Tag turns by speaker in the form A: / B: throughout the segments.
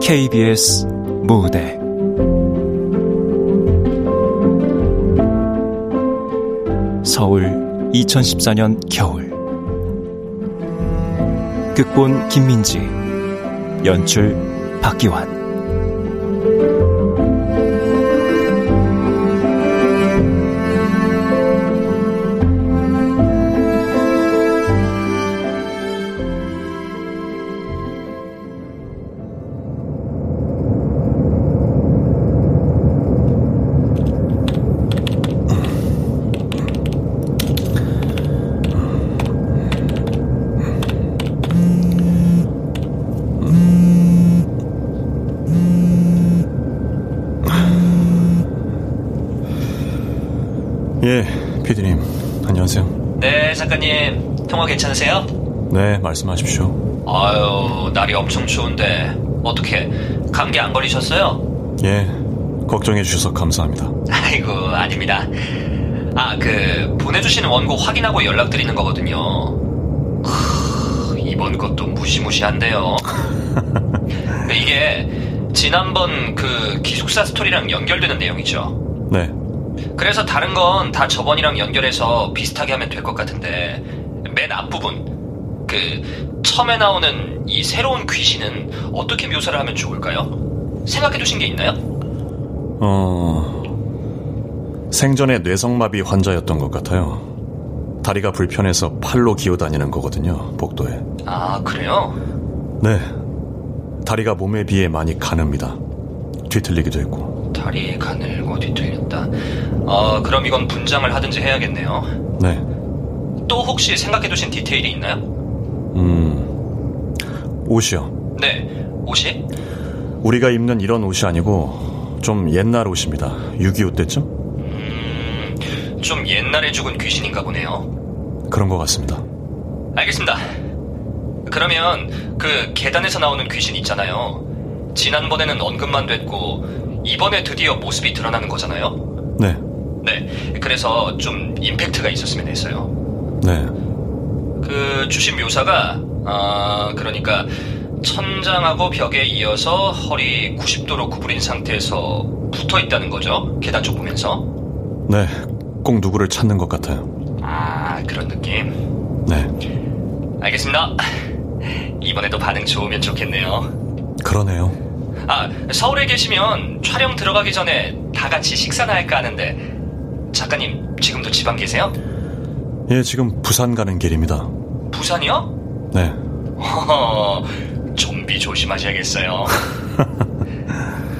A: KBS 무대 서울 2014년 겨울 극본 김민지 연출 박기환
B: 예, 피디님. 안녕하세요.
C: 네, 작가님. 통화 괜찮으세요?
B: 네, 말씀하십시오.
C: 아유, 날이 엄청 추운데. 어떻게, 감기 안 걸리셨어요?
B: 예, 걱정해 주셔서 감사합니다.
C: 아이고, 아닙니다. 아, 그, 보내주시는 원고 확인하고 연락드리는 거거든요. 크, 이번 것도 무시무시한데요. 근데 이게, 지난번 그 기숙사 스토리랑 연결되는 내용이죠.
B: 네,
C: 그래서 다른 건 다 저번이랑 연결해서 비슷하게 하면 될 것 같은데 맨 앞부분 그 처음에 나오는 이 새로운 귀신은 어떻게 묘사를 하면 좋을까요? 생각해 두신 게 있나요?
B: 어... 생전에 뇌성마비 환자였던 것 같아요. 다리가 불편해서 팔로 기어다니는 거거든요, 복도에.
C: 아 그래요?
B: 네, 다리가 몸에 비해 많이 가늡니다. 뒤틀리기도 했고.
C: 다리 가늘고 뒤틀렸다 어 그럼 이건 분장을 하든지 해야겠네요
B: 네,
C: 또 혹시 생각해 두신 디테일이 있나요?
B: 음... 옷이요.
C: 네 옷이?
B: 우리가 입는 이런 옷이 아니고 좀 옛날 옷입니다. 6.25 때쯤?
C: 음, 좀 옛날에 죽은 귀신인가 보네요
B: 그런 것 같습니다.
C: 알겠습니다. 그러면 그 계단에서 나오는 귀신 있잖아요. 지난번에는 언급만 됐고 이번에 드디어 모습이 드러나는 거잖아요.
B: 네,
C: 네. 그래서 좀 임팩트가 있었으면 했어요.
B: 네,
C: 그 주신 묘사가 아 그러니까 천장하고 벽에 이어서 허리 90도로 구부린 상태에서 붙어 있다는 거죠. 계단 쪽 보면서.
B: 네. 꼭 누구를 찾는 것 같아요.
C: 아 그런 느낌.
B: 네,
C: 알겠습니다. 이번에도 반응 좋으면 좋겠네요.
B: 그러네요.
C: 아, 서울에 계시면 촬영 들어가기 전에 다 같이 식사나 할까 하는데 작가님 지금도 지방 계세요?
B: 예, 지금 부산 가는 길입니다.
C: 부산이요?
B: 네,
C: 허허, 좀비 조심하셔야겠어요.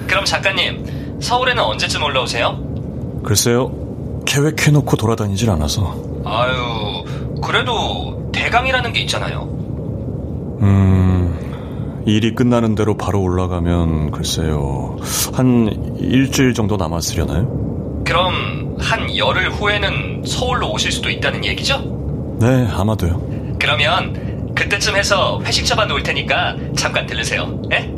C: 그럼 작가님 서울에는 언제쯤 올라오세요?
B: 글쎄요. 계획해놓고 돌아다니질 않아서.
C: 아유, 그래도 대강이라는 게 있잖아요.
B: 음, 일이 끝나는 대로 바로 올라가면, 글쎄요. 한 일주일 정도 남았으려나요?
C: 그럼 한 열흘 후에는 서울로 오실 수도 있다는 얘기죠?
B: 네, 아마도요.
C: 그러면 그때쯤 해서 회식 잡아 놓을 테니까 잠깐 들르세요. 예?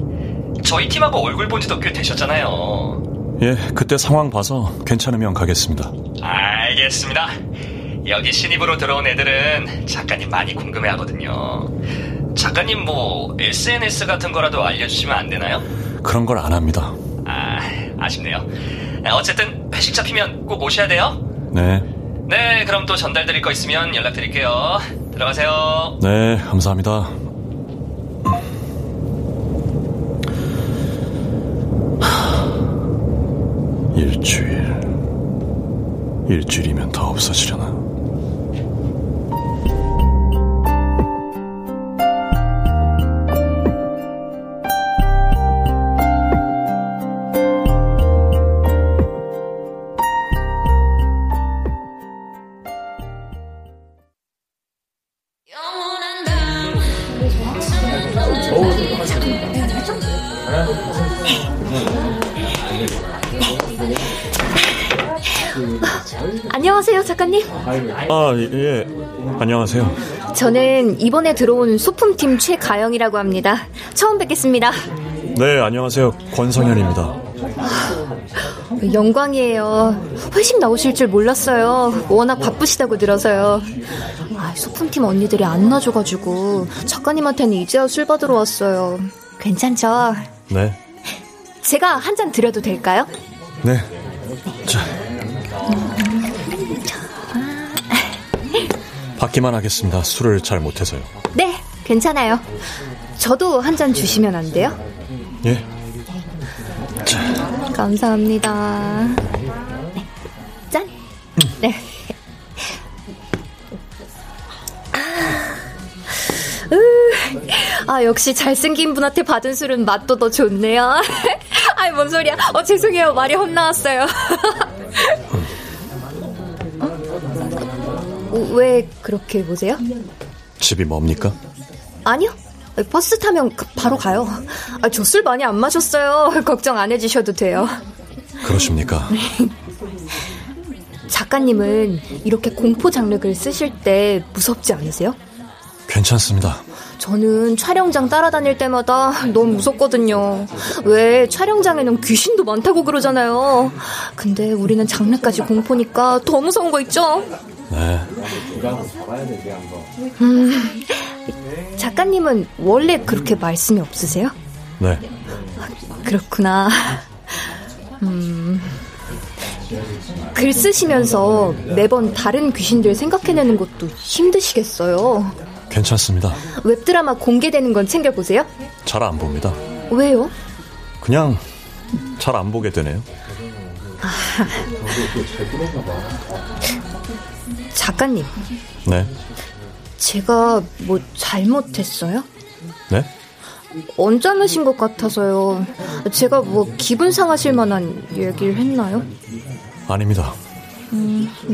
C: 저희 팀하고 얼굴 본 지도 꽤 되셨잖아요.
B: 예, 그때 상황 봐서 괜찮으면 가겠습니다.
C: 알겠습니다. 여기 신입으로 들어온 애들은 작가님 많이 궁금해 하거든요. 작가님 뭐 SNS 같은 거라도 알려주시면 안 되나요?
B: 그런 걸 안 합니다.
C: 아, 아쉽네요. 아, 어쨌든 회식 잡히면 꼭 오셔야 돼요.
B: 네,
C: 네, 그럼 또 전달드릴 거 있으면 연락드릴게요. 들어가세요.
B: 네, 감사합니다. 일주일. 일주일이면 다 없어지려나?
D: 안녕하세요, 작가님.
B: 아, 예. 안녕하세요.
D: 저는 이번에 들어온 소품팀 최가영이라고 합니다. 처음 뵙겠습니다.
B: 네, 안녕하세요. 권성현입니다.
D: 영광이에요. 회식 나오실 줄 몰랐어요. 워낙 바쁘시다고 들어서요. 아, 소품팀 언니들이 안 놔줘가지고 작가님한테는 이제야 술 받으러 왔어요. 괜찮죠?
B: 네.
D: 제가 한 잔 드려도 될까요?
B: 네. 자. 받기만 하겠습니다. 술을 잘 못해서요.
D: 네, 괜찮아요. 저도 한 잔 주시면 안 돼요?
B: 예.
D: 감사합니다. 네, 짠. 네. 아, 으, 아, 역시 잘생긴 분한테 받은 술은 맛도 더 좋네요. 아이, 뭔 소리야. 어, 죄송해요. 말이 혼나왔어요. 어? 왜 그렇게 보세요?
B: 집이 뭡니까?
D: 아니요. 버스 타면 가- 바로 가요. 아, 저 술 많이 안 마셨어요. 걱정 안 해주셔도 돼요.
B: 그러십니까?
D: 작가님은 이렇게 공포 장르를 쓰실 때 무섭지 않으세요?
B: 괜찮습니다.
D: 저는 촬영장 따라다닐 때마다 너무 무섭거든요. 왜 촬영장에는 귀신도 많다고 그러잖아요. 근데 우리는 장르까지 공포니까 더 무서운 거 있죠?
B: 네.
D: 작가님은 원래 그렇게 말씀이 없으세요?
B: 네.
D: 그렇구나. 음. 글 쓰시면서 매번 다른 귀신들 생각해내는 것도 힘드시겠어요.
B: 괜찮습니다.
D: 웹드라마 공개되는 건 챙겨보세요.
B: 잘 안 봅니다.
D: 왜요?
B: 그냥 잘 안 보게 되네요.
D: 작가님,
B: 네.
D: 제가 뭐 잘못했어요?
B: 네?
D: 언짢으신 것 같아서요. 제가 뭐 기분 상하실 만한 얘기를 했나요?
B: 아닙니다.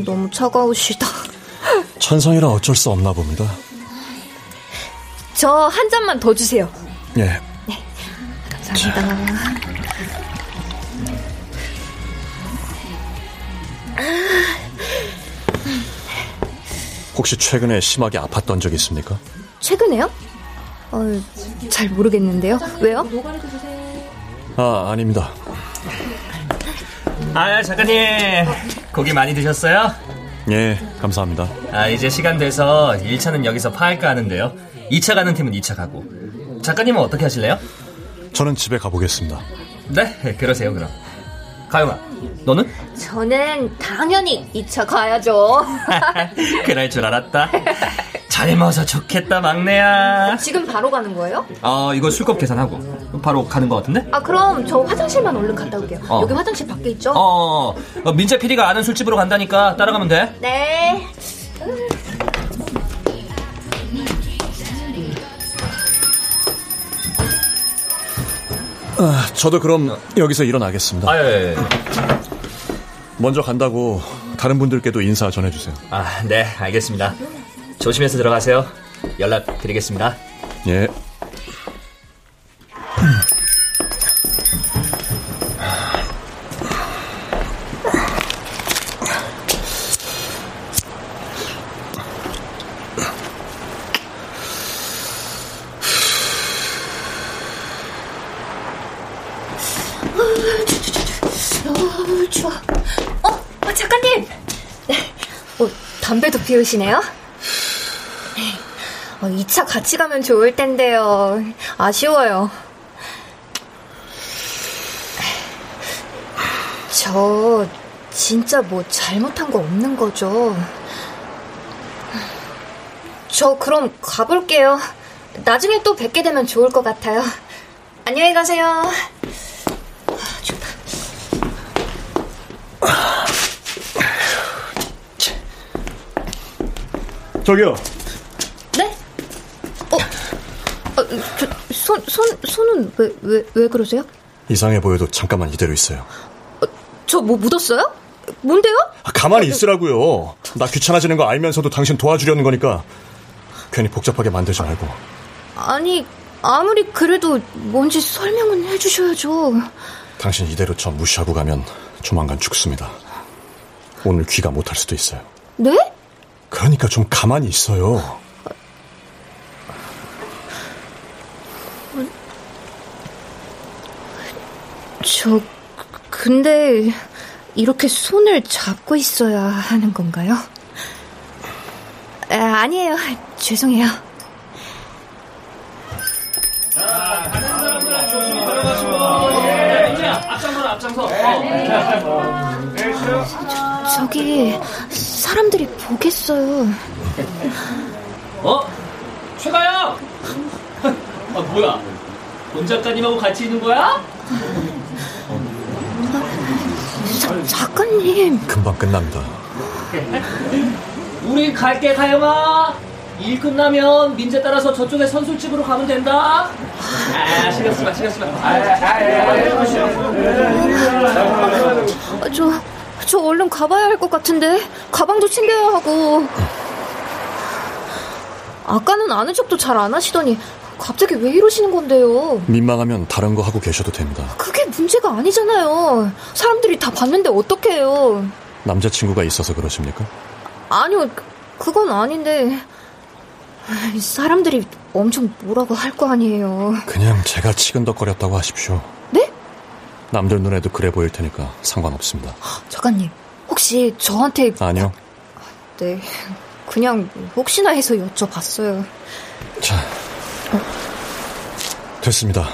D: 너무 차가우시다.
B: 천성이라 어쩔 수 없나 봅니다.
D: 저 한 잔만 더 주세요.
B: 예.
D: 감사합니다.
B: 혹시 최근에 심하게 아팠던 적 있습니까?
D: 최근에요? 어, 잘 모르겠는데요. 왜요?
B: 아, 아닙니다.
E: 아 작가님 고기 많이 드셨어요?
B: 예, 감사합니다.
E: 아 이제 시간 돼서 1차는 여기서 파할까 하는데요 2차 가는 팀은 2차 가고 작가님은 어떻게 하실래요?
B: 저는 집에 가보겠습니다.
E: 네 그러세요 그럼 가영아 너는?
D: 저는 당연히 2차 가야죠.
E: 그럴 줄 알았다 잘 먹어서 좋겠다 막내야
D: 지금 바로 가는 거예요?
E: 아 이거 술값 계산하고 바로 가는 것 같은데?
D: 아, 그럼 저 화장실만 얼른 갔다 올게요.
E: 어.
D: 여기 화장실 밖에 있죠?
E: 어, 어, 어, 민재 PD가 아는 술집으로 간다니까 따라가면 돼
D: 네.
B: 아, 저도 그럼 여기서 일어나겠습니다.
E: 아, 예, 예.
B: 먼저 간다고 다른 분들께도 인사 전해주세요.
E: 아, 네, 알겠습니다. 조심해서 들어가세요. 연락 드리겠습니다.
B: 예.
D: 어우, 추워. 어, 어, 작가님! 어, 담배도 피우시네요? 어, 2차 같이 가면 좋을 텐데요. 아쉬워요. 저 진짜 뭐 잘못한 거 없는 거죠? 저 그럼 가볼게요. 나중에 또 뵙게 되면 좋을 것 같아요. 안녕히 가세요. 아, 좋다.
B: 저기요.
D: 네? 어, 어, 저, 손, 손, 손은 왜, 왜, 왜 그러세요?
B: 이상해 보여도 잠깐만 이대로 있어요.
D: 저 뭐 묻었어요? 뭔데요?
B: 아, 가만히 있으라고요. 나 귀찮아지는 거 알면서도 당신 도와주려는 거니까 괜히 복잡하게 만들지 말고.
D: 아니, 아무리 그래도 뭔지 설명은 해주셔야죠.
B: 당신 이대로 저 무시하고 가면 조만간 죽습니다. 오늘 귀가 못할 수도 있어요.
D: 네?
B: 그러니까 좀 가만히 있어요.
D: 저, 근데, 이렇게 손을 잡고 있어야 하는 건가요? 아, 아니에요. 죄송해요.
C: 앞장서. 어.
D: 저기 사람들이 보겠어요.
E: 어? 최가영! 아, 뭐야? 본 작가님하고 같이 있는 거야?
D: 자, 작가님.
B: 금방 끝납니다.
E: 우리 갈게, 가영아! 일 끝나면 민재 따라서 저쪽에 선술집으로 가면 된다? 아, 신경 쓰지 마, 신경 쓰지 마. 아,
D: 아, 저, 저 얼른 가봐야 할 것 같은데. 가방도 챙겨야 하고. 아까는 아는 척도 잘 안 하시더니 갑자기 왜 이러시는 건데요?
B: 민망하면 다른 거 하고 계셔도 됩니다.
D: 그게 문제가 아니잖아요. 사람들이 다 봤는데 어떡해요.
B: 남자친구가 있어서 그러십니까?
D: 아니요, 그건 아닌데. 사람들이 엄청 뭐라고 할 거 아니에요.
B: 그냥 제가 치근덕거렸다고 하십시오.
D: 네?
B: 남들 눈에도 그래 보일 테니까 상관없습니다.
D: 작가님, 혹시 저한테
B: 아니요.
D: 네, 그냥 혹시나 해서 여쭤봤어요.
B: 자. 됐습니다.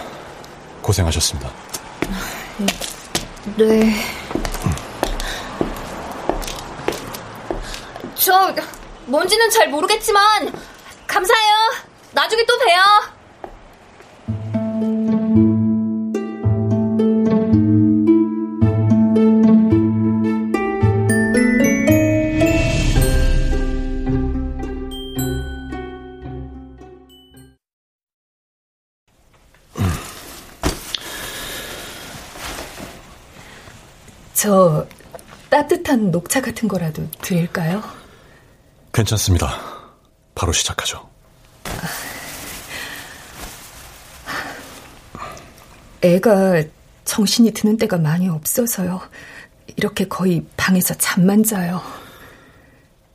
B: 고생하셨습니다.
D: 네. 저 뭔지는 잘 모르겠지만 감사해요. 나중에 또 봬요.
F: 저 따뜻한 녹차 같은 거라도 드릴까요?
B: 괜찮습니다. 바로 시작하죠.
F: 애가 정신이 드는 때가 많이 없어서요. 이렇게 거의 방에서 잠만 자요.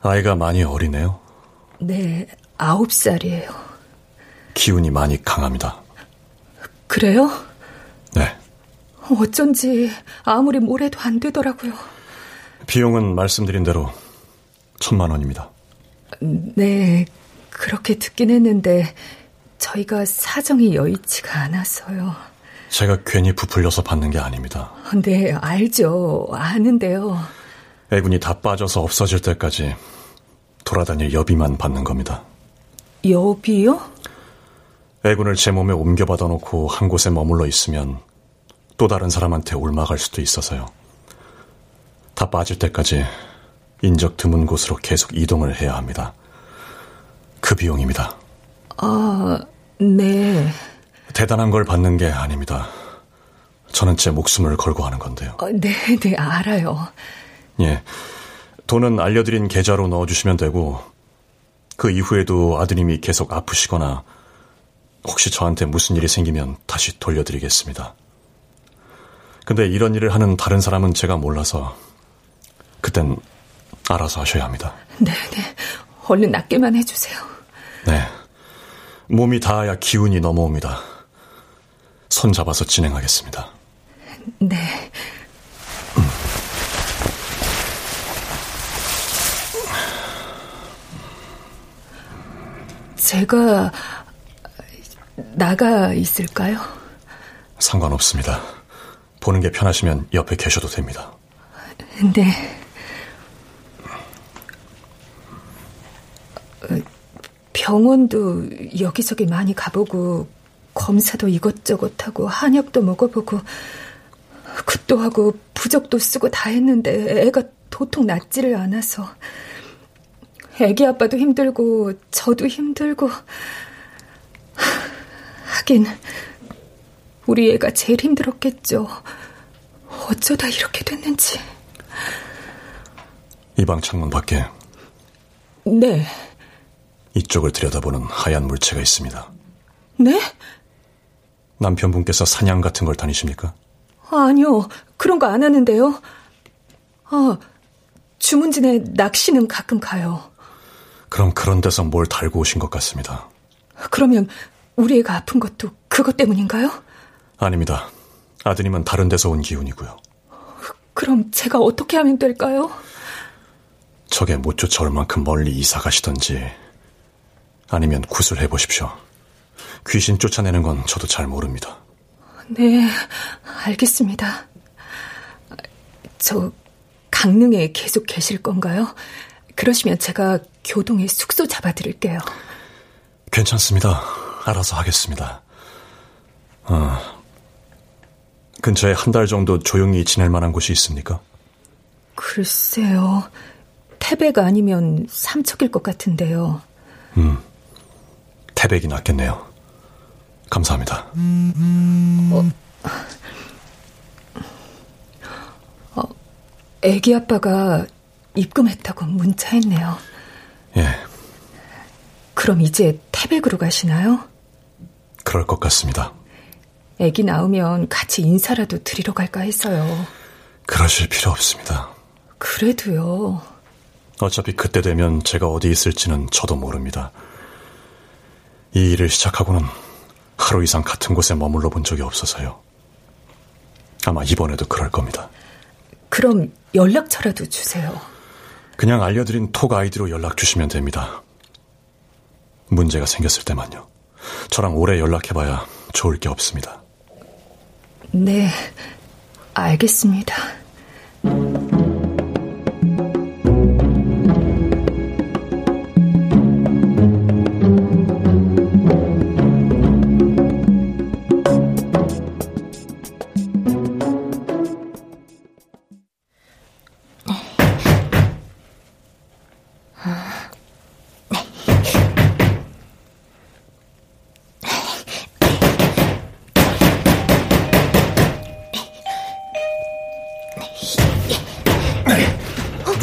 B: 아이가 많이 어리네요.
F: 네, 아홉 살이에요.
B: 기운이 많이 강합니다.
F: 그래요?
B: 네.
F: 어쩐지 아무리 뭘 해도 안 되더라고요.
B: 비용은 말씀드린 대로 천만 원입니다.
F: 네, 그렇게 듣긴 했는데 저희가 사정이 여의치가 않아서요.
B: 제가 괜히 부풀려서 받는 게 아닙니다.
F: 네, 알죠. 아는데요.
B: 애군이 다 빠져서 없어질 때까지 돌아다닐 여비만 받는 겁니다.
F: 여비요?
B: 애군을 제 몸에 옮겨 받아놓고 한 곳에 머물러 있으면 또 다른 사람한테 올마갈 수도 있어서요. 다 빠질 때까지 인적 드문 곳으로 계속 이동을 해야 합니다. 그 비용입니다.
F: 아, 네.
B: 대단한 걸 받는 게 아닙니다. 저는 제 목숨을 걸고 하는 건데요.
F: 어, 네, 네, 알아요.
B: 예. 돈은 알려드린 계좌로 넣어주시면 되고, 그 이후에도 아드님이 계속 아프시거나, 혹시 저한테 무슨 일이 생기면 다시 돌려드리겠습니다. 근데 이런 일을 하는 다른 사람은 제가 몰라서, 그땐 알아서 하셔야 합니다.
F: 네, 네. 얼른 낫게만 해주세요.
B: 네. 몸이 닿아야 기운이 넘어옵니다. 손 잡아서 진행하겠습니다.
F: 네. 제가 나가 있을까요?
B: 상관없습니다. 보는 게 편하시면 옆에 계셔도 됩니다.
F: 네. 어, 병원도 여기저기 많이 가보고 검사도 이것저것 하고 한약도 먹어보고 굿도 하고 부적도 쓰고 다 했는데 애가 도통 낫지를 않아서 애기 아빠도 힘들고 저도 힘들고 하긴 우리 애가 제일 힘들었겠죠. 어쩌다 이렇게 됐는지.
B: 이 방 창문 밖에
F: 네.
B: 이쪽을 들여다보는 하얀 물체가 있습니다.
F: 네?
B: 남편분께서 사냥 같은 걸 다니십니까?
F: 아니요. 그런 거 안 하는데요. 아, 주문진에 낚시는 가끔 가요.
B: 그럼 그런 데서 뭘 달고 오신 것 같습니다.
F: 그러면 우리 애가 아픈 것도 그것 때문인가요?
B: 아닙니다. 아드님은 다른 데서 온 기운이고요.
F: 그럼 제가 어떻게 하면 될까요?
B: 적에 못 쫓아올 만큼 멀리 이사 가시던지 아니면 구슬해 보십시오. 귀신 쫓아내는 건 저도 잘 모릅니다.
F: 네, 알겠습니다. 저 강릉에 계속 계실 건가요? 그러시면 제가 교동에 숙소 잡아드릴게요.
B: 괜찮습니다. 알아서 하겠습니다. 아, 근처에 한 달 정도 조용히 지낼 만한 곳이 있습니까?
F: 글쎄요. 태백 아니면 삼척일 것 같은데요.
B: 태백이 낫겠네요. 감사합니다.
F: 애기 아빠가 입금했다고 문자했네요.
B: 예,
F: 그럼 이제 태백으로 가시나요?
B: 그럴 것 같습니다.
F: 애기 나오면 같이 인사라도 드리러 갈까 해서요.
B: 그러실 필요 없습니다.
F: 그래도요.
B: 어차피 그때 되면 제가 어디 있을지는 저도 모릅니다. 이 일을 시작하고는 하루 이상 같은 곳에 머물러 본 적이 없어서요. 아마 이번에도 그럴 겁니다.
F: 그럼 연락처라도 주세요.
B: 그냥 알려드린 톡 아이디로 연락 주시면 됩니다. 문제가 생겼을 때만요. 저랑 오래 연락해봐야 좋을 게 없습니다.
F: 네, 알겠습니다.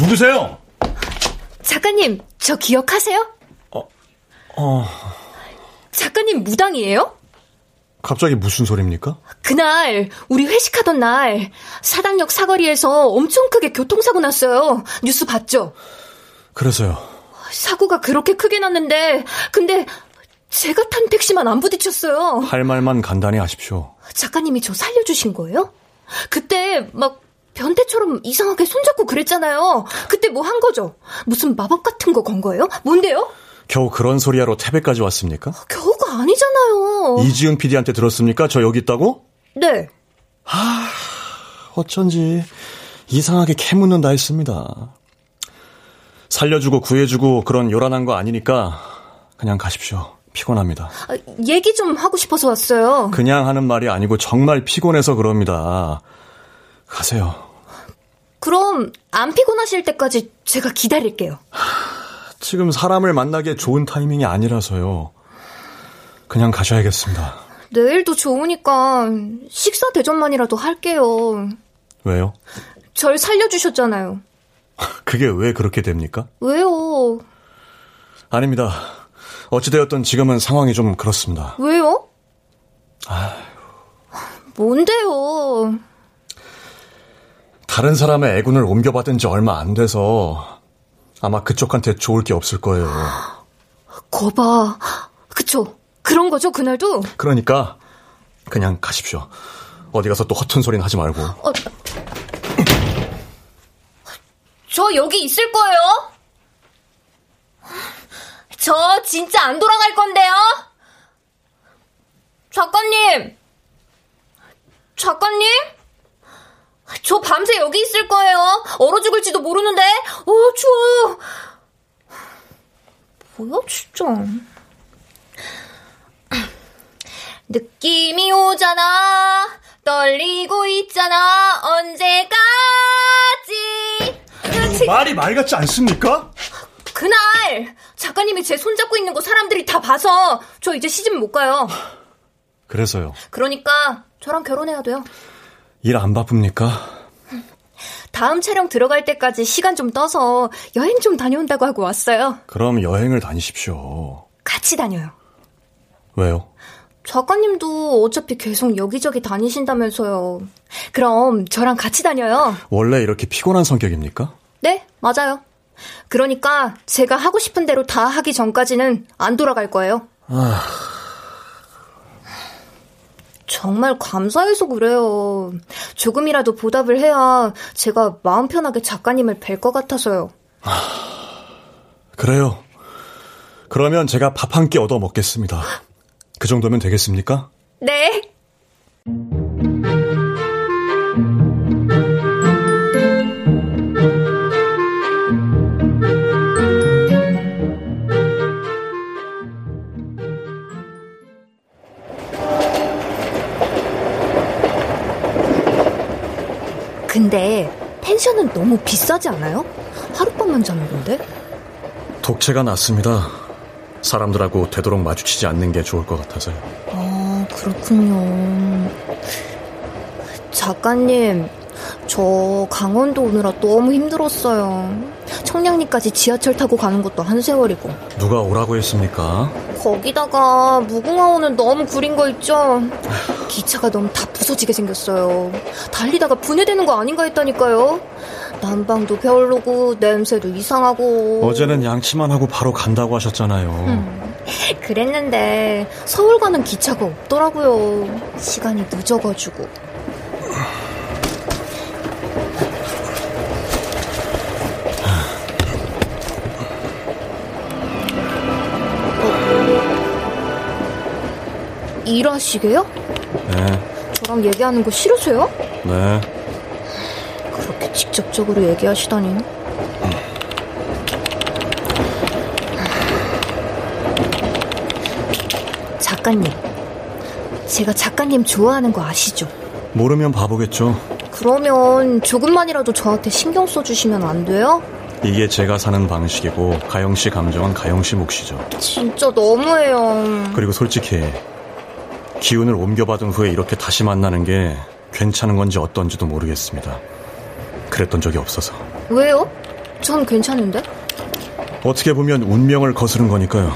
G: 누구세요?
D: 작가님, 저 기억하세요?
B: 어,
D: 작가님 무당이에요?
B: 갑자기 무슨 소리입니까?
D: 그날 우리 회식하던 날 사당역 사거리에서 엄청 크게 교통사고 났어요. 뉴스 봤죠?
B: 그래서요.
D: 사고가 그렇게 크게 났는데 근데 제가 탄 택시만 안 부딪혔어요.
B: 할 말만 간단히 하십시오.
D: 작가님이 저 살려주신 거예요? 그때 막 변태처럼 이상하게 손잡고 그랬잖아요. 그때 뭐 한 거죠? 무슨 마법 같은 거 건 거예요? 뭔데요?
B: 겨우 그런 소리하러 태백까지 왔습니까?
D: 겨우가 아니잖아요.
B: 이지은 PD한테 들었습니까? 저 여기 있다고?
D: 네.
B: 어쩐지 이상하게 캐묻는다 했습니다. 살려주고 구해주고 그런 요란한 거 아니니까 그냥 가십시오. 피곤합니다.
D: 아, 얘기 좀 하고 싶어서 왔어요.
B: 그냥 하는 말이 아니고 정말 피곤해서 그럽니다. 가세요.
D: 그럼 안 피곤하실 때까지 제가 기다릴게요.
B: 지금 사람을 만나기에 좋은 타이밍이 아니라서요. 그냥 가셔야겠습니다.
D: 내일도 좋으니까 식사 대접만이라도 할게요.
B: 왜요?
D: 절 살려주셨잖아요.
B: 그게 왜 그렇게 됩니까?
D: 왜요?
B: 아닙니다. 어찌되었든 지금은 상황이 좀 그렇습니다.
D: 왜요? 뭔데요?
B: 다른 사람의 애군을 옮겨받은 지 얼마 안 돼서 아마 그쪽한테 좋을 게 없을 거예요.
D: 거봐. 그쵸? 그런 거죠, 그날도?
B: 그러니까 그냥 가십시오. 어디 가서 또 허튼 소리는 하지 말고.
D: 어. 저 여기 있을 거예요? 저 진짜 안 돌아갈 건데요? 작가님! 작가님? 저 밤새 여기 있을 거예요. 얼어 죽을지도 모르는데. 어, 추워. 뭐야, 진짜. 느낌이 오잖아. 떨리고 있잖아. 언제까지.
G: 말이 말 같지 않습니까?
D: 그날 작가님이 제 손잡고 있는 거 사람들이 다 봐서 저 이제 시집 못 가요.
B: 그래서요.
D: 그러니까 저랑 결혼해야 돼요.
B: 일 안 바쁩니까?
D: 다음 촬영 들어갈 때까지 시간 좀 떠서 여행 좀 다녀온다고 하고 왔어요.
B: 그럼 여행을 다니십시오.
D: 같이 다녀요.
B: 왜요?
D: 작가님도 어차피 계속 여기저기 다니신다면서요. 그럼 저랑 같이 다녀요.
B: 원래 이렇게 피곤한 성격입니까?
D: 네, 맞아요. 그러니까 제가 하고 싶은 대로 다 하기 전까지는 안 돌아갈 거예요. 정말 감사해서 그래요. 조금이라도 보답을 해야 제가 마음 편하게 작가님을 뵐 것 같아서요.
B: 그래요. 그러면 제가 밥 한 끼 얻어 먹겠습니다. 그 정도면 되겠습니까?
D: 네. 근데 펜션은 너무 비싸지 않아요? 하룻밤만 자는 건데?
B: 독채가 났습니다. 사람들하고 되도록 마주치지 않는 게 좋을 것 같아서요.
D: 아, 그렇군요. 작가님, 저 강원도 오느라 너무 힘들었어요. 청량리까지 지하철 타고 가는 것도 한 세월이고.
B: 누가 오라고 했습니까?
D: 거기다가 무궁화호는 너무 구린 거 있죠? 기차가 너무 다 부서지게 생겼어요. 달리다가 분해되는 거 아닌가 했다니까요. 난방도 별로고 냄새도 이상하고.
B: 어제는 양치만 하고 바로 간다고 하셨잖아요.
D: 그랬는데 서울 가는 기차가 없더라고요. 시간이 늦어가지고. 어, 일하시게요?
B: 네,
D: 저랑 얘기하는 거 싫으세요?
B: 네.
D: 그렇게 직접적으로 얘기하시다니. 작가님, 제가 작가님 좋아하는 거 아시죠?
B: 모르면 바보겠죠.
D: 그러면 조금만이라도 저한테 신경 써주시면 안 돼요?
B: 이게 제가 사는 방식이고 가영 씨 감정은 가영 씨 몫이죠.
D: 음. 진짜 너무해요.
B: 그리고 솔직히 기운을 옮겨받은 후에 이렇게 다시 만나는 게 괜찮은 건지 어떤지도 모르겠습니다. 그랬던 적이 없어서.
D: 왜요? 전 괜찮은데?
B: 어떻게 보면 운명을 거스른 거니까요.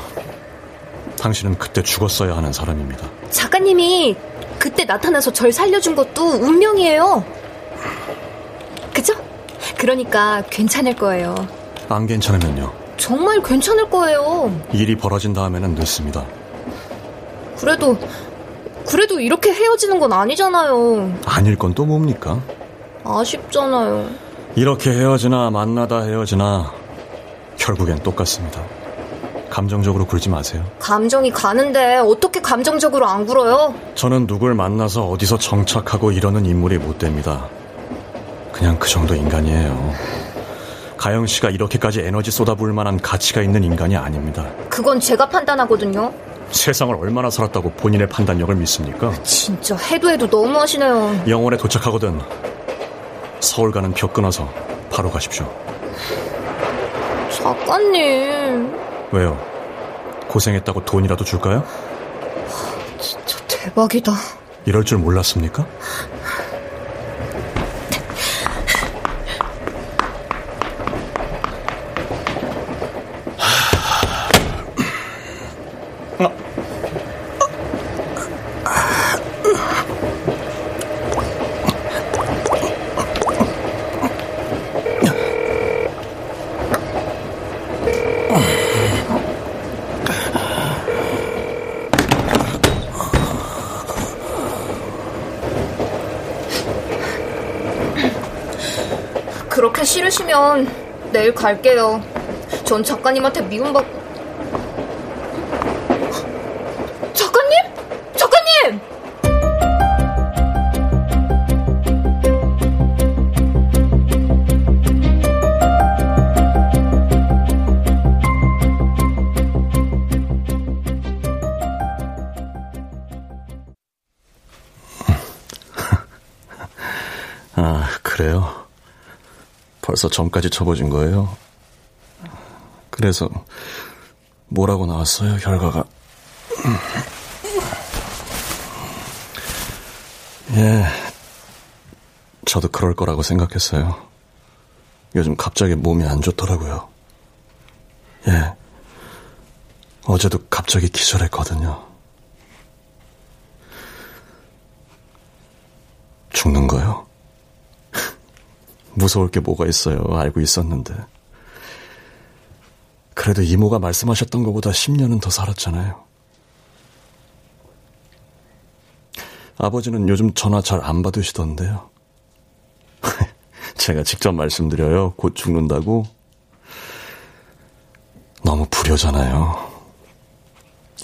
B: 당신은 그때 죽었어야 하는 사람입니다.
D: 작가님이 그때 나타나서 절 살려준 것도 운명이에요. 그죠? 그러니까 괜찮을 거예요.
B: 안 괜찮으면요.
D: 정말 괜찮을 거예요.
B: 일이 벌어진 다음에는 늦습니다.
D: 그래도 그래도 이렇게 헤어지는 건 아니잖아요.
B: 아닐 건 또 뭡니까?
D: 아쉽잖아요.
B: 이렇게 헤어지나 만나다 헤어지나 결국엔 똑같습니다. 감정적으로 굴지 마세요.
D: 감정이 가는데 어떻게 감정적으로 안 굴어요?
B: 저는 누굴 만나서 어디서 정착하고 이러는 인물이 못 됩니다. 그냥 그 정도 인간이에요. 가영 씨가 이렇게까지 에너지 쏟아부을 만한 가치가 있는 인간이 아닙니다.
D: 그건 제가 판단하거든요.
B: 세상을 얼마나 살았다고 본인의 판단력을 믿습니까?
D: 진짜 해도 해도 너무 하시네요.
B: 영월에 도착하거든 서울 가는 표 끊어서 바로 가십시오.
D: 작가님,
B: 왜요? 고생했다고 돈이라도 줄까요?
D: 진짜 대박이다.
B: 이럴 줄 몰랐습니까?
D: 그렇게 싫으시면 내일 갈게요. 전 작가님한테 미움받고. 작가님? 작가님!
B: 아, 그래요? 벌써 점까지 쳐보진 거예요? 그래서 뭐라고 나왔어요, 결과가? 예, 저도 그럴 거라고 생각했어요. 요즘 갑자기 몸이 안 좋더라고요. 예, 어제도 갑자기 기절했거든요. 죽는 거요? 무서울 게 뭐가 있어요. 알고 있었는데. 그래도 이모가 말씀하셨던 것보다 10년은 더 살았잖아요. 아버지는 요즘 전화 잘 안 받으시던데요. 제가 직접 말씀드려요. 곧 죽는다고. 너무 불효잖아요.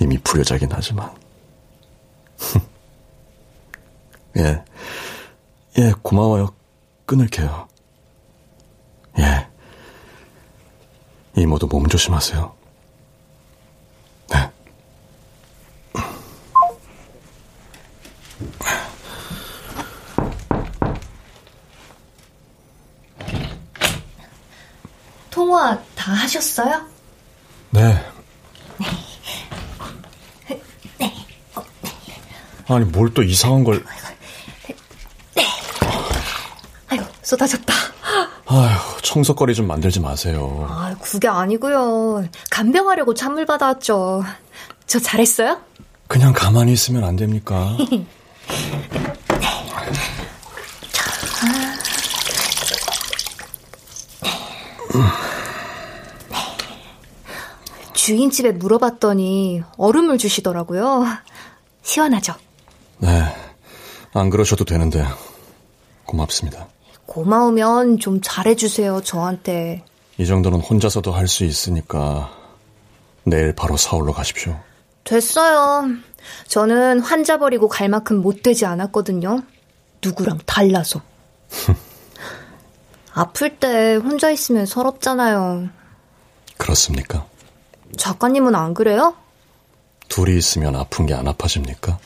B: 이미 불효자긴 하지만. 예. 예, 고마워요. 끊을게요. 예. 이모도 몸 조심하세요. 네.
D: 통화 다 하셨어요?
B: 네. 아니, 뭘 또 이상한 걸.
D: 아이고, 쏟아졌다.
B: 아휴, 청석거리 좀 만들지 마세요.
D: 아, 그게 아니고요. 간병하려고 찬물 받아왔죠. 저 잘했어요?
B: 그냥 가만히 있으면 안 됩니까?
D: 주인집에 물어봤더니 얼음을 주시더라고요. 시원하죠?
B: 네. 안 그러셔도 되는데. 고맙습니다.
D: 고마우면 좀 잘해주세요, 저한테.
B: 이 정도는 혼자서도 할 수 있으니까 내일 바로 서울로 가십시오.
D: 됐어요. 저는 환자 버리고 갈 만큼 못 되지 않았거든요. 누구랑 달라서. 아플 때 혼자 있으면 서럽잖아요.
B: 그렇습니까?
D: 작가님은 안 그래요?
B: 둘이 있으면 아픈 게 안 아파집니까?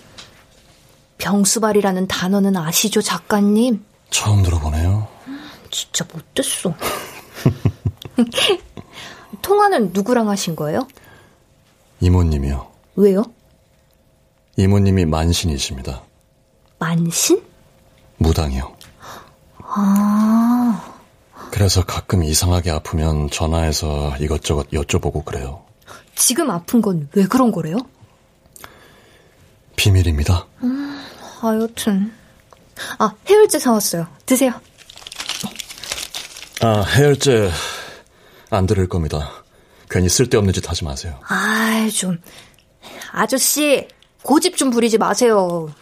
D: 병수발이라는 단어는 아시죠, 작가님?
B: 처음 들어보네요.
D: 진짜 못됐어. 통화는 누구랑 하신 거예요?
B: 이모님이요.
D: 왜요?
B: 이모님이 만신이십니다.
D: 만신?
B: 무당이요.
D: 아,
B: 그래서 가끔 이상하게 아프면 전화해서 이것저것 여쭤보고 그래요.
D: 지금 아픈 건 왜 그런 거래요?
B: 비밀입니다.
D: 하여튼. 아, 해열제 사왔어요. 드세요.
B: 아, 해열제 안 들을 겁니다. 괜히 쓸데없는 짓 하지 마세요.
D: 아이, 좀. 아저씨, 고집 좀 부리지 마세요.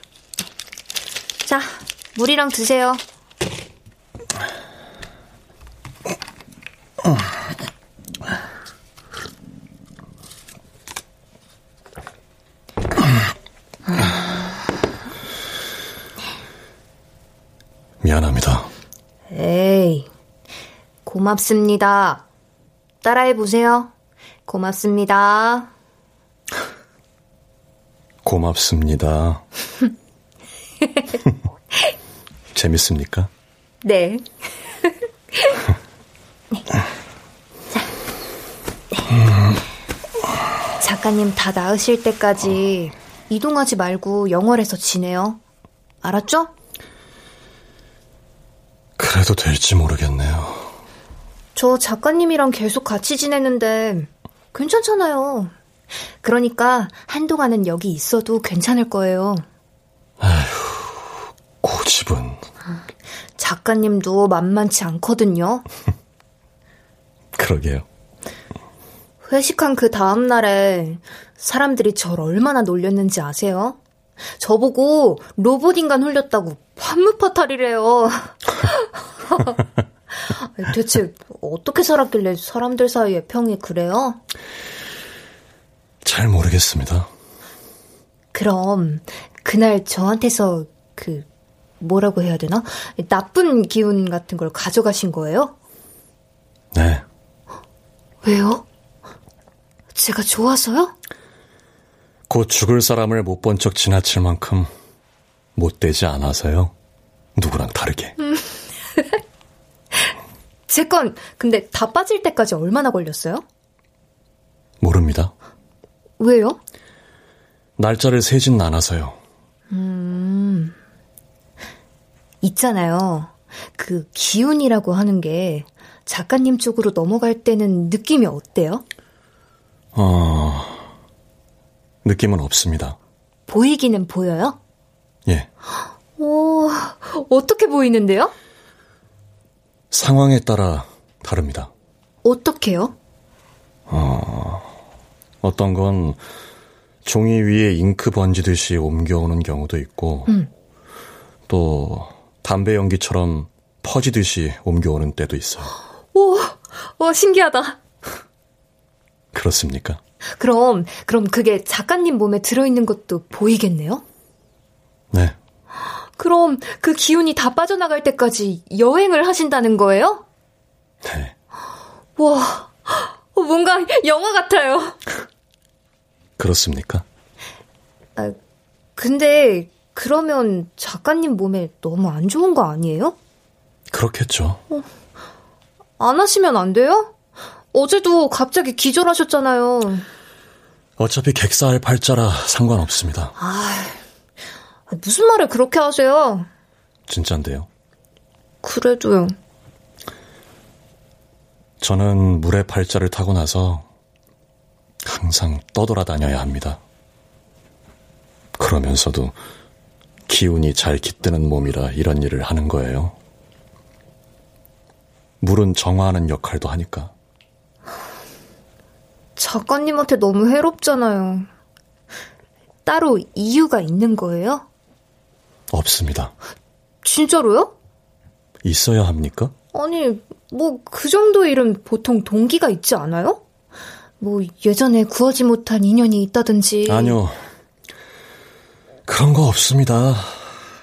D: 자, 물이랑 드세요.
B: 미안합니다.
D: 에이, 고맙습니다. 따라해보세요. 고맙습니다.
B: 고맙습니다. 재밌습니까?
D: 네. 자. 작가님 다 나으실 때까지 이동하지 말고 영월에서 지내요. 알았죠?
B: 그래도 될지 모르겠네요.
D: 저 작가님이랑 계속 같이 지내는데 괜찮잖아요. 그러니까 한동안은 여기 있어도 괜찮을 거예요.
B: 고집은
D: 작가님도 만만치 않거든요.
B: 그러게요.
D: 회식한 그 다음 날에 사람들이 절 얼마나 놀렸는지 아세요? 저보고 로봇 인간 홀렸다고 판무파탈이래요. 대체 어떻게 살았길래 사람들 사이에 평이 그래요?
B: 잘 모르겠습니다.
D: 그럼 그날 저한테서 그 뭐라고 해야 되나? 나쁜 기운 같은 걸 가져가신 거예요?
B: 네.
D: 왜요? 제가 좋아서요?
B: 곧 죽을 사람을 못 본 척 지나칠 만큼 못되지 않아서요. 누구랑 다르게.
D: 제 건 근데 다 빠질 때까지 얼마나 걸렸어요?
B: 모릅니다.
D: 왜요?
B: 날짜를 세진 않아서요.
D: 있잖아요. 그 기운이라고 하는 게 작가님 쪽으로 넘어갈 때는 느낌이 어때요?
B: 어, 느낌은 없습니다.
D: 보이기는 보여요?
B: 예.
D: 오, 어떻게 보이는데요?
B: 상황에 따라 다릅니다.
D: 어떻게요?
B: 어떤 건 종이 위에 잉크 번지듯이 옮겨오는 경우도 있고, 또 담배 연기처럼 퍼지듯이 옮겨오는 때도 있어요.
D: 오, 와, 신기하다.
B: 그렇습니까?
D: 그럼, 그럼 그게 작가님 몸에 들어있는 것도 보이겠네요?
B: 네.
D: 그럼 그 기운이 다 빠져나갈 때까지 여행을 하신다는 거예요?
B: 네.
D: 와, 어, 뭔가 영화 같아요.
B: 그렇습니까?
D: 근데 그러면 작가님 몸에 너무 안 좋은 거 아니에요?
B: 그렇겠죠.
D: 안 하시면 안 돼요? 어제도 갑자기 기절하셨잖아요.
B: 어차피 객사할 팔자라 상관없습니다.
D: 아, 무슨 말을 그렇게 하세요?
B: 진짠데요.
D: 그래도요.
B: 저는 물의 팔자를 타고 나서 항상 떠돌아다녀야 합니다. 그러면서도 기운이 잘 깃드는 몸이라 이런 일을 하는 거예요. 물은 정화하는 역할도 하니까.
D: 작가님한테 너무 해롭잖아요. 따로 이유가 있는 거예요?
B: 없습니다.
D: 진짜로요?
B: 있어야 합니까?
D: 아니, 뭐, 그 정도 일은 보통 동기가 있지 않아요? 뭐, 예전에 구하지 못한 인연이 있다든지.
B: 아니요. 그런 거 없습니다.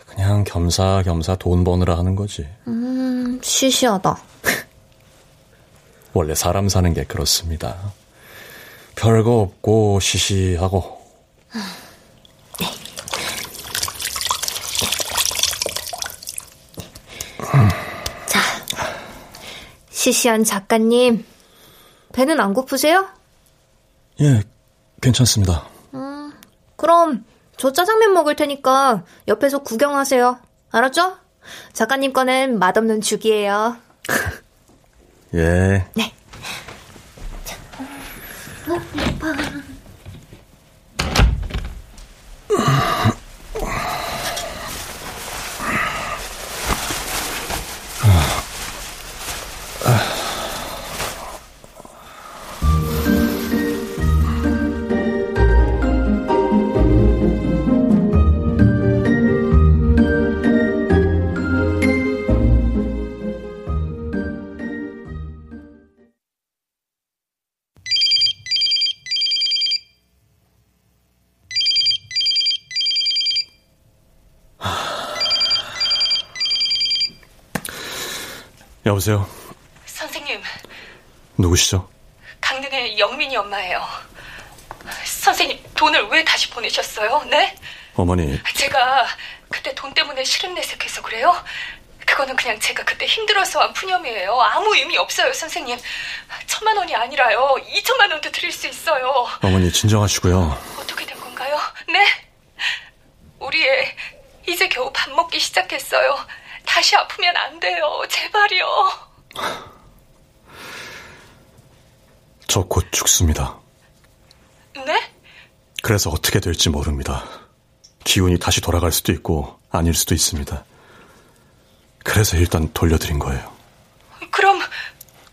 B: 그냥 겸사겸사 돈 버느라 하는 거지.
D: 음, 시시하다.
B: 원래 사람 사는 게 그렇습니다. 별거 없고 시시하고
D: 자, 시시한 작가님. 배는 안 고프세요?
B: 예 괜찮습니다.
D: 그럼, 저 짜장면 먹을 테니까 옆에서 구경하세요. 알았죠? 작가님 거는 맛없는 죽이에요.
B: 예 여보세요.
F: 선생님,
B: 누구시죠?
F: 강릉의 영민이 엄마예요. 선생님, 돈을 왜 다시 보내셨어요? 네?
B: 어머니
F: 제가 그때 돈 때문에 실은 내색해서 그래요? 그거는 그냥 제가 그때 힘들어서 한 푸념이에요. 아무 의미 없어요, 선생님. 천만 원이 아니라요. 이천만 원도 드릴 수 있어요.
B: 어머니 진정하시고요.
F: 어떻게 된 건가요? 네? 우리 애, 이제 겨우 밥 먹기 시작했어요. 다시 아프면 안 돼요. 제발요.
B: 저 곧 죽습니다.
F: 네?
B: 그래서 어떻게 될지 모릅니다. 기운이 다시 돌아갈 수도 있고 아닐 수도 있습니다. 그래서 일단 돌려드린 거예요.
F: 그럼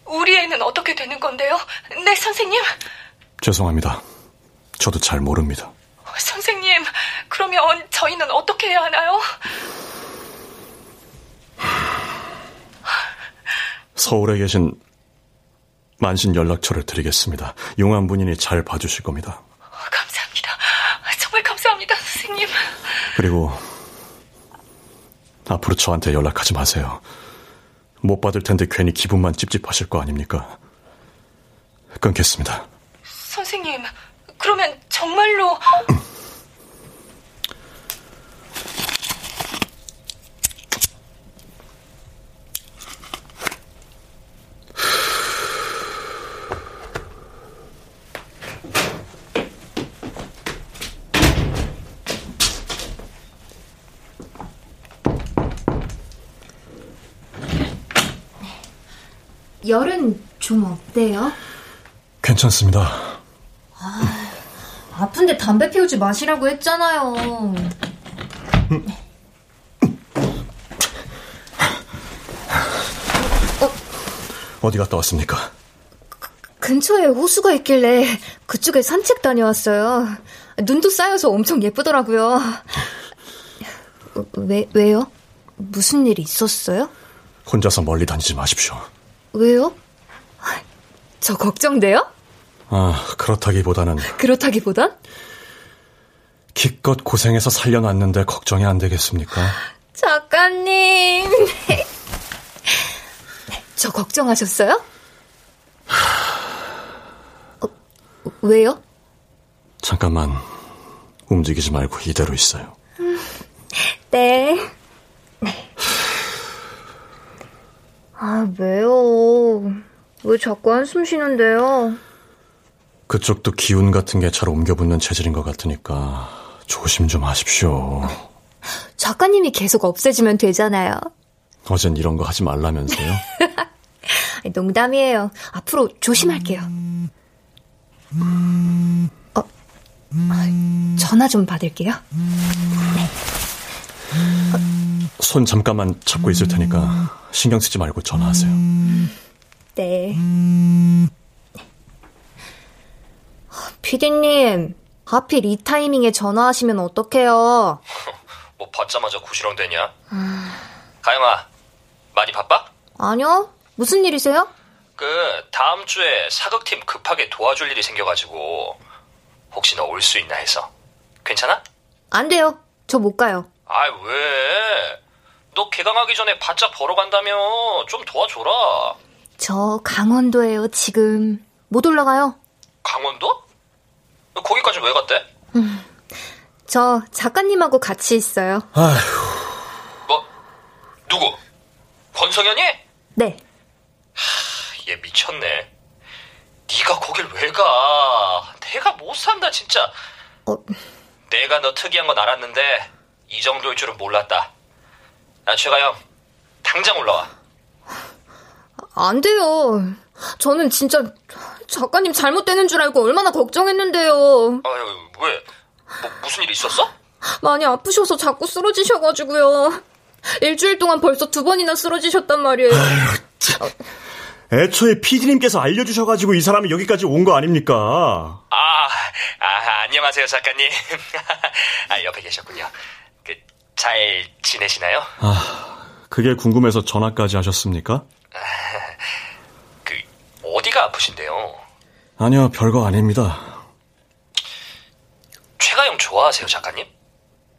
F: 우리 애는 어떻게 되는 건데요? 네, 선생님.
B: 죄송합니다. 저도 잘 모릅니다.
F: 선생님, 그러면 저희는 어떻게 해야 하나요?
B: 서울에 계신 만신 연락처를 드리겠습니다. 용한 분인이 잘 봐주실 겁니다.
F: 어, 감사합니다. 아, 정말 감사합니다, 선생님.
B: 그리고 앞으로 저한테 연락하지 마세요. 못 받을 텐데 괜히 기분만 찝찝하실 거 아닙니까? 끊겠습니다.
F: 선생님, 그러면 정말로
D: 열은 좀 어때요?
B: 괜찮습니다.
D: 아픈데 담배 피우지 마시라고 했잖아요.
B: 어디 갔다 왔습니까?
D: 근처에 호수가 있길래 그쪽에 산책 다녀왔어요. 눈도 쌓여서 엄청 예쁘더라고요. 왜, 왜요? 무슨 일이 있었어요?
B: 혼자서 멀리 다니지 마십시오.
D: 왜요? 저 걱정돼요?
B: 아, 그렇다기보다는
D: 그렇다기보단?
B: 기껏 고생해서 살려놨는데 걱정이 안 되겠습니까?
D: 작가님. 네. 저 걱정하셨어요? 어, 왜요?
B: 잠깐만 움직이지 말고 이대로 있어요.
D: 네. 아, 왜요? 왜 자꾸 한숨 쉬는데요?
B: 그쪽도 기운 같은 게 잘 옮겨붙는 체질인 것 같으니까 조심 좀 하십시오.
D: 작가님이 계속 없애주면 되잖아요.
B: 어젠 이런 거 하지 말라면서요?
D: 아니, 농담이에요. 앞으로 조심할게요. 어, 아, 전화 좀 받을게요.
B: 손 잠깐만 잡고 있을 테니까 신경 쓰지 말고 전화하세요.
D: 네. 피디님, 하필 이 타이밍에 전화하시면 어떡해요?
C: 뭐 받자마자 구시렁 되냐? 가영아, 많이 바빠?
D: 아니요? 무슨 일이세요?
C: 그 다음 주에 사극팀 급하게 도와줄 일이 생겨가지고 혹시 너 올 수 있나 해서 괜찮아?
D: 안 돼요. 저 못 가요.
C: 아 왜? 너 개강하기 전에 바짝 벌어간다며 좀 도와줘라.
D: 저 강원도에요, 지금. 못 올라가요.
C: 강원도? 너 거기까지 왜 갔대?
D: 저 작가님하고 같이 있어요.
C: 뭐 누구? 권성현이?
D: 네.
C: 얘 미쳤네. 네가 거길 왜 가? 내가 못 산다 진짜.
D: 어,
C: 내가 너 특이한 건 알았는데 이 정도일 줄은 몰랐다. 야 최가영, 당장 올라와.
D: 안 돼요. 저는 진짜 작가님 잘못되는 줄 알고 얼마나 걱정했는데요.
C: 아유 왜? 뭐 무슨 일 있었어?
D: 많이 아프셔서 자꾸 쓰러지셔가지고요. 일주일 동안 벌써 두 번이나 쓰러지셨단 말이에요.
B: 애초에 피디님께서 알려주셔가지고 이 사람이 여기까지 온 거 아닙니까?
C: 아, 아, 안녕하세요 작가님. 아 옆에 계셨군요. 그 잘 지내시나요?
B: 그게 궁금해서 전화까지 하셨습니까?
C: 그 어디가 아프신데요?
B: 아니요, 별거 아닙니다.
C: 최가영 좋아하세요 작가님?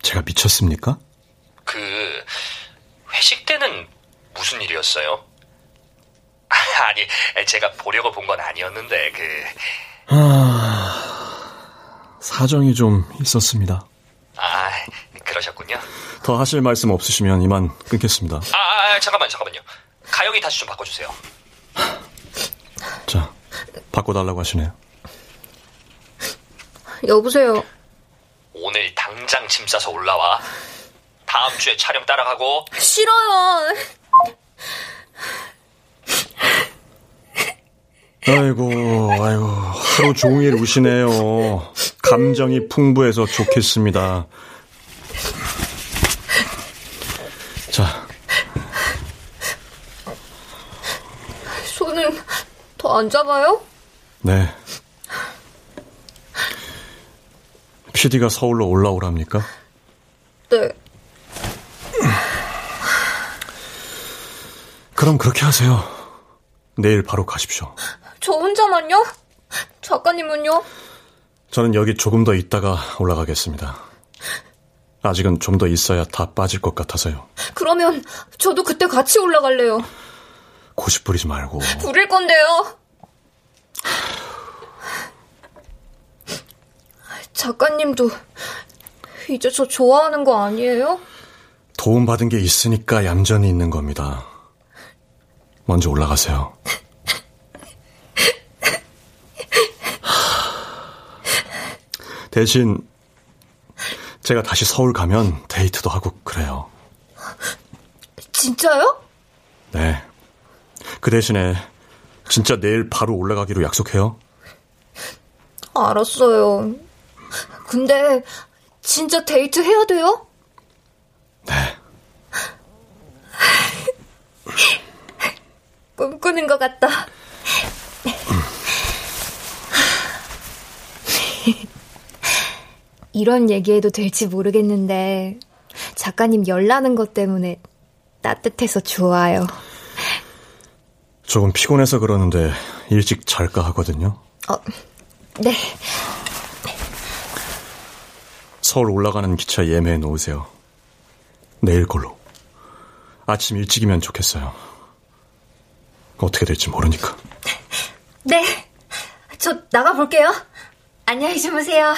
B: 제가 미쳤습니까?
C: 그 회식 때는 무슨 일이었어요? 아니 제가 보려고 본 건 아니었는데 그
B: 사정이 좀 있었습니다.
C: 아, 그러셨군요.
B: 더 하실 말씀 없으시면 이만 끊겠습니다.
C: 아, 아, 아, 잠깐만, 잠깐만요. 가영이 다시 좀 바꿔주세요.
B: 자, 바꿔달라고 하시네요.
D: 여보세요.
C: 오늘 당장 짐 싸서 올라와. 다음 주에 촬영 따라가고.
D: 싫어요.
B: 아이고, 아이고, 하루 종일 우시네요. 감정이 풍부해서 좋겠습니다. 자,
D: 손은 더 안 잡아요?
B: 네. PD가 서울로 올라오랍니까?
D: 네.
B: 그럼 그렇게 하세요. 내일 바로 가십시오.
D: 저 혼자만요? 작가님은요?
B: 저는 여기 조금 더 있다가 올라가겠습니다. 아직은 좀 더 있어야 다 빠질 것 같아서요.
D: 그러면 저도 그때 같이 올라갈래요.
B: 고집 부리지 말고.
D: 부릴 건데요. 작가님도 이제 저 좋아하는 거 아니에요?
B: 도움받은 게 있으니까 얌전히 있는 겁니다. 먼저 올라가세요. 대신 제가 다시 서울 가면 데이트도 하고 그래요.
D: 진짜요?
B: 네. 그 대신에 진짜 내일 바로 올라가기로 약속해요.
D: 알았어요. 근데 진짜 데이트 해야 돼요?
B: 네.
D: 꿈꾸는 것 같다. 이런 얘기해도 될지 모르겠는데 작가님 열나는 것 때문에 따뜻해서 좋아요.
B: 조금 피곤해서 그러는데 일찍 잘까 하거든요.
D: 어, 네,
B: 서울 올라가는 기차 예매해 놓으세요. 내일 걸로. 아침 일찍이면 좋겠어요. 어떻게 될지 모르니까.
D: 네. 저 나가 볼게요. 안녕히 주무세요.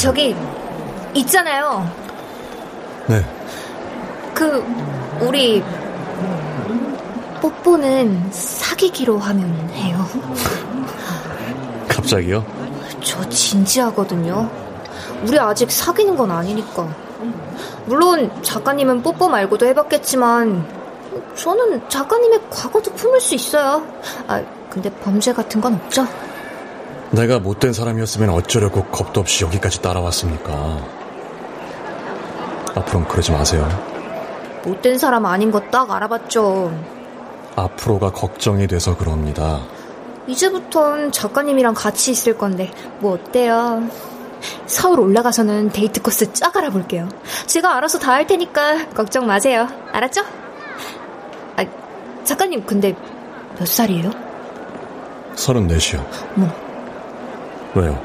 D: 저기 있잖아요.
B: 네.
D: 그 우리 뽀뽀는 사귀기로 하면 해요.
B: 갑자기요?
D: 저 진지하거든요. 우리 아직 사귀는 건 아니니까. 물론 작가님은 뽀뽀 말고도 해봤겠지만 저는 작가님의 과거도 품을 수 있어요. 아 근데 범죄 같은 건 없죠.
B: 내가 못된 사람이었으면 어쩌려고 겁도 없이 여기까지 따라왔습니까? 앞으로는 그러지 마세요.
D: 못된 사람 아닌 거 딱 알아봤죠.
B: 앞으로가 걱정이 돼서 그럽니다.
D: 이제부턴 작가님이랑 같이 있을 건데 뭐 어때요? 서울 올라가서는 데이트 코스 쫙 알아볼게요. 제가 알아서 다 할 테니까 걱정 마세요. 알았죠? 아, 작가님 근데 몇 살이에요?
B: 34시요.
D: 어머.
B: 왜요?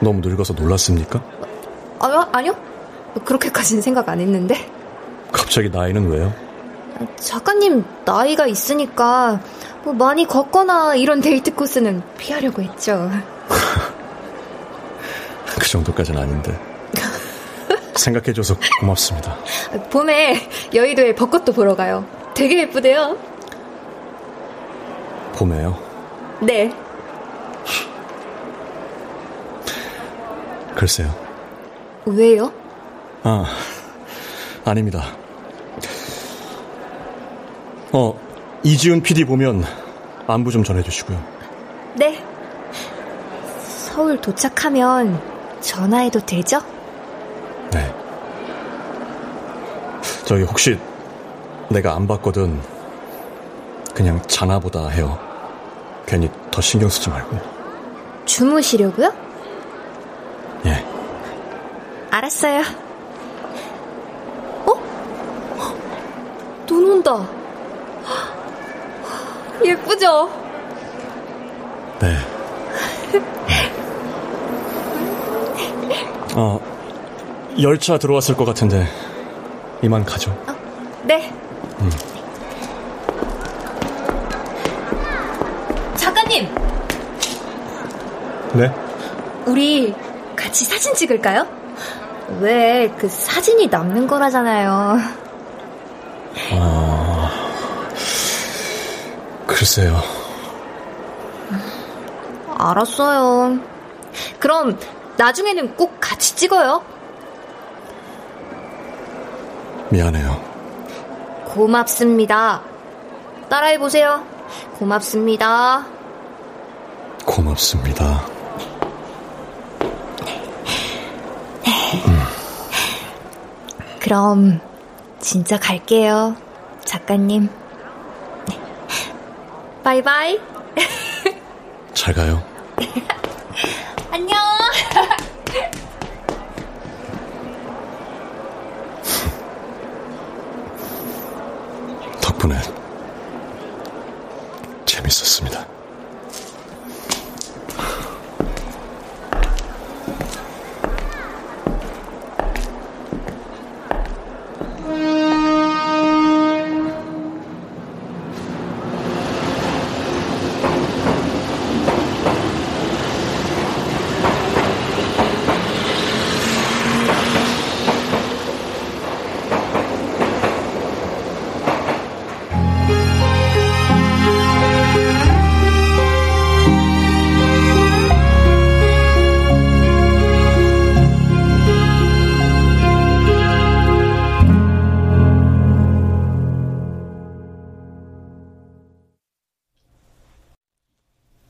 B: 너무 늙어서 놀랐습니까?
D: 아, 아니요? 그렇게까지는 생각 안 했는데.
B: 갑자기 나이는 왜요?
D: 작가님 나이가 있으니까 뭐 많이 걷거나 이런 데이트 코스는 피하려고 했죠.
B: 그 정도까지는 아닌데. 생각해줘서 고맙습니다.
D: 봄에 여의도에 벚꽃도 보러 가요. 되게 예쁘대요.
B: 봄에요.
D: 네.
B: 글쎄요.
D: 왜요?
B: 아, 아닙니다. 어, 이지훈 PD 보면 안부 좀 전해주시고요.
D: 네. 서울 도착하면 전화해도 되죠?
B: 네. 저기 혹시 내가 안 봤거든 그냥 자나보다 해요. 괜히 더 신경 쓰지 말고.
D: 주무시려고요?
B: 예.
D: 알았어요. 어? 눈 온다. 예쁘죠?
B: 네. 어, 열차 들어왔을 것 같은데 이만 가죠.
D: 네. 작가님,
B: 네?
D: 우리 같이 사진 찍을까요? 왜 그 사진이 남는 거라잖아요.
B: 글쎄요.
D: 알았어요. 그럼 나중에는 꼭 같이 찍어요.
B: 미안해요.
D: 고맙습니다. 따라해 보세요. 고맙습니다.
B: 고맙습니다.
D: 그럼 진짜 갈게요. 작가님. 네. 바이바이.
B: 잘 가요.
D: 안녕.
B: 덕분에 재밌었습니다.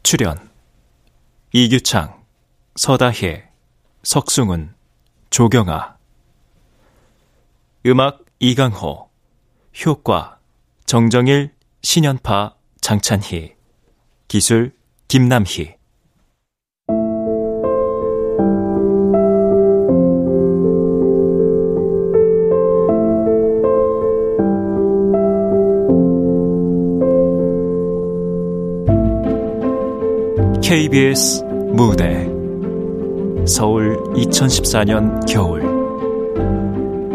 A: 출연 이규창, 서다혜, 석승훈, 조경아 음악 이강호 효과 정정일, 신연파, 장찬희 기술 김남희 KBS 무대 서울 2014년 겨울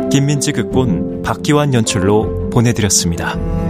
A: 김민지 극본 박기환 연출로 보내드렸습니다.